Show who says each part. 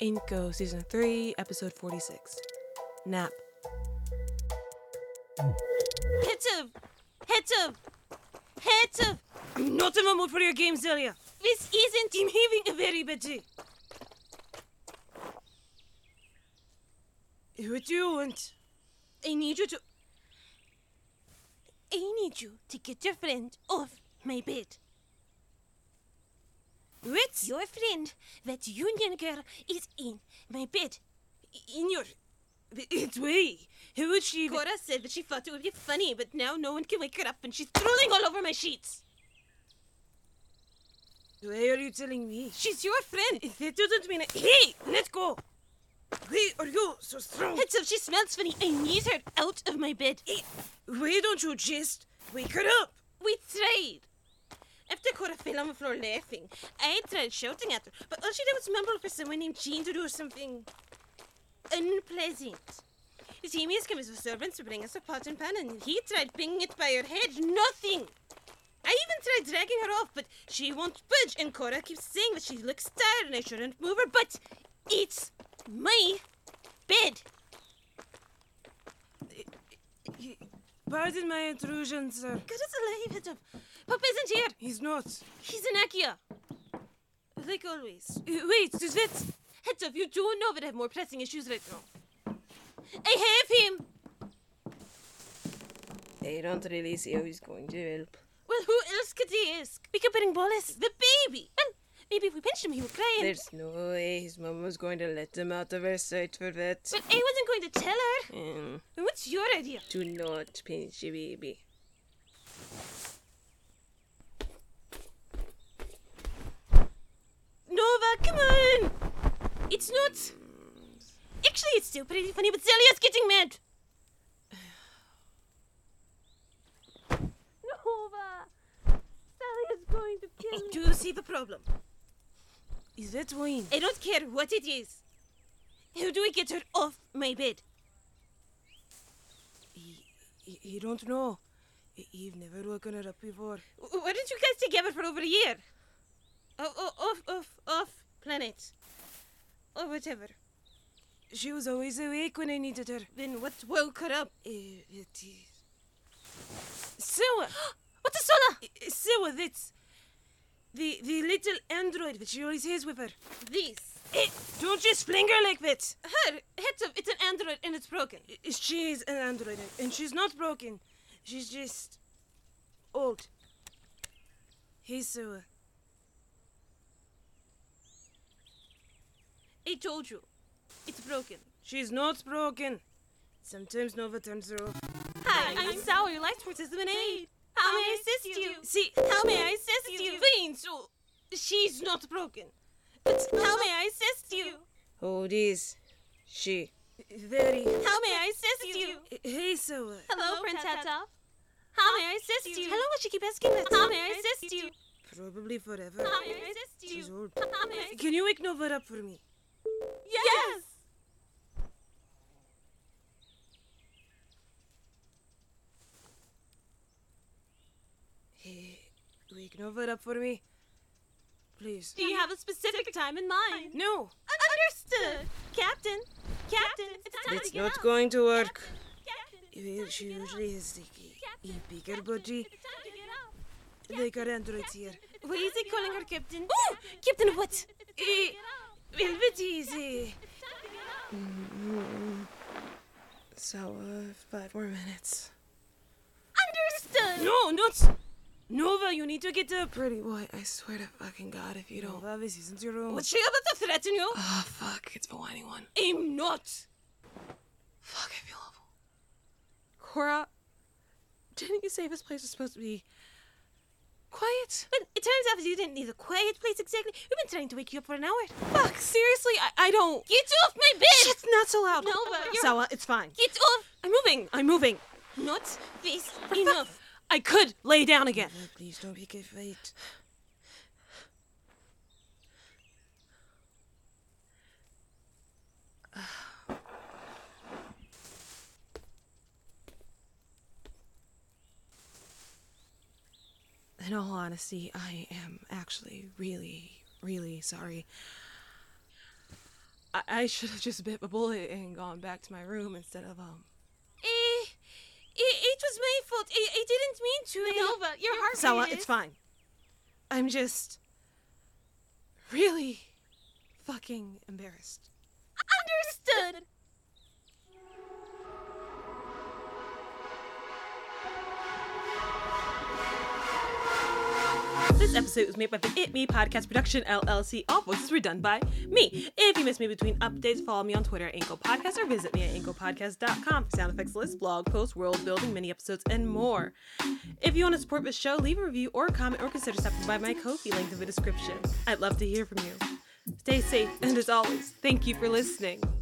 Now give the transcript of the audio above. Speaker 1: Inco, Season 3, Episode 46. Nap.
Speaker 2: Hitov! Hitov! Hitov!
Speaker 1: I'm not in the mood for your game, Zelia.
Speaker 2: This isn't
Speaker 1: I'm having a very bad day. What do you want?
Speaker 2: I need you to. I need you to get your friend off my bed.
Speaker 1: What?
Speaker 2: Your friend, that union girl, is in my bed. In your.
Speaker 1: It's way. Who would she? be-
Speaker 2: Cora said that she thought it would be funny, but now no one can wake her up and she's drooling all over my sheets.
Speaker 1: Why are you telling me?
Speaker 2: She's your friend.
Speaker 1: That doesn't mean. I... Hey, let go. Why are you so strong?
Speaker 2: Hitov, she smells funny. I need her out of my bed.
Speaker 1: Hey, Why don't you just wake her up?
Speaker 2: We tried. After Cora fell on the floor laughing, I tried shouting at her, but all she did was mumble for someone named Jean to do something unpleasant. Zemius came as a servant to bring us a pot and pan, and he tried pinning it by her head. Nothing! I even tried dragging her off, but she won't budge, and Cora keeps saying that she looks tired and I shouldn't move her, but it's my bed.
Speaker 1: Pardon my intrusion, sir.
Speaker 2: God is alive, Hedop. Pop isn't here.
Speaker 1: He's not.
Speaker 2: He's in Akia. Like always.
Speaker 1: Uh, Wait, does that?
Speaker 2: Heads up, you do know that I have more pressing issues right now. I have him!
Speaker 1: They don't really see how he's going to help.
Speaker 2: Well, who else could he ask? We could bring Bolas, the baby. Well, maybe if we pinch him, he would cry. And...
Speaker 1: There's no way his mum was going to let him out of her sight for that.
Speaker 2: But I wasn't going to tell her.
Speaker 1: Mm,
Speaker 2: What's your idea?
Speaker 1: do not pinch your baby.
Speaker 2: Nova, come on! It's not.
Speaker 1: Mm.
Speaker 2: Actually, it's still pretty funny, but Celia's getting mad. Nova! Celia's going to kill me. Do you see the problem?
Speaker 1: Is that wine?
Speaker 2: I don't care what it is. How do we get her off my bed?
Speaker 1: You you don't know. You- You've never woken her up before.
Speaker 2: W- Why didn't you guys together for over a year? Oh, oh, off, off, off planet. Or whatever.
Speaker 1: She was always awake when I needed her.
Speaker 2: Then what woke her up?
Speaker 1: Uh, it is. Sewa!
Speaker 2: What's a sola?
Speaker 1: Uh, Sewa, that's. The, the little android that she always has with her.
Speaker 2: This.
Speaker 1: Eh, don't just fling her like that!
Speaker 2: Her. Heads up, it's an android and it's broken.
Speaker 1: Uh, She's an android and she's not broken. She's just. old. Hey, Sewa.
Speaker 2: I told you. It's broken.
Speaker 1: She's not broken. Sometimes Nova turns her off.
Speaker 2: Hi, I'm, i Sour. You like tortism and aid. How, may I assist you?
Speaker 1: See,
Speaker 2: How may I assist you? Fine, so she's not broken. But how may I assist you?
Speaker 3: Who is she?
Speaker 1: very.
Speaker 2: How may I assist you?
Speaker 1: Hey, Sewa.
Speaker 2: Hello, Prince Hetta. How may I assist you? How long will she keep asking that? How may I assist you?
Speaker 1: Probably forever.
Speaker 2: How may I assist
Speaker 1: She's
Speaker 2: you?
Speaker 1: old.
Speaker 2: How may I?
Speaker 1: Can you wake Nova up for me?
Speaker 2: Yes.
Speaker 1: Hey, wake Nova up for me. Please.
Speaker 2: Do you have a specific time in mind?
Speaker 1: No!
Speaker 2: Understood, Captain. Captain, it's time to
Speaker 3: It's
Speaker 2: get
Speaker 3: not
Speaker 2: up.
Speaker 3: going to work.
Speaker 2: Captain,
Speaker 1: Well, she usually has a, a bigger body,
Speaker 2: it's time to get up.
Speaker 1: like our androids here.
Speaker 2: Why is he calling her captain? Ooh! Oh, Captain of what?
Speaker 1: Eh, Velvet is a... So, uh, five more minutes.
Speaker 2: Understood!
Speaker 1: No, not... Nova, you need to get up. Pretty boy, I swear to fucking god if you don't... Nova, this isn't your room.
Speaker 2: Was she about to threaten you?
Speaker 1: Ah, fuck, it's the whiny one.
Speaker 2: I'm not!
Speaker 1: Fuck, I feel awful. Cora, didn't you say this place was supposed to be... quiet?
Speaker 2: But it turns out that you didn't need a quiet place exactly. We've been trying to wake you up for an hour.
Speaker 1: Fuck, seriously, I, I don't...
Speaker 2: Get off my bed!
Speaker 1: Shit's not so loud.
Speaker 2: Nova, you're-
Speaker 1: Sawa, it's fine.
Speaker 2: Get off!
Speaker 1: I'm moving. I'm moving.
Speaker 2: Not this enough.
Speaker 1: I could lay down again. please don't make a fight. In all honesty, I am actually really, really sorry. I, I should have just bit the bullet and gone back to my room instead of um.
Speaker 2: Eh, it, it was my fault. Eh, I, I didn't mean to. eh?
Speaker 4: Nova, your heart
Speaker 1: Sawa,
Speaker 4: rate
Speaker 1: it's
Speaker 4: is-
Speaker 1: fine. I'm just really fucking embarrassed.
Speaker 2: Understood.
Speaker 1: This episode was made by the It Me Podcast Production LLC. All voices were done by me. If you miss me between updates, follow me on Twitter at Ankle Podcast or visit me at anklepodcast.com for sound effects lists, blog posts, world building, mini episodes, and more. If you want to support the show, leave a review or a comment or consider stopping by my Kofi link in the description. I'd love to hear from you. Stay safe, and as always, thank you for listening.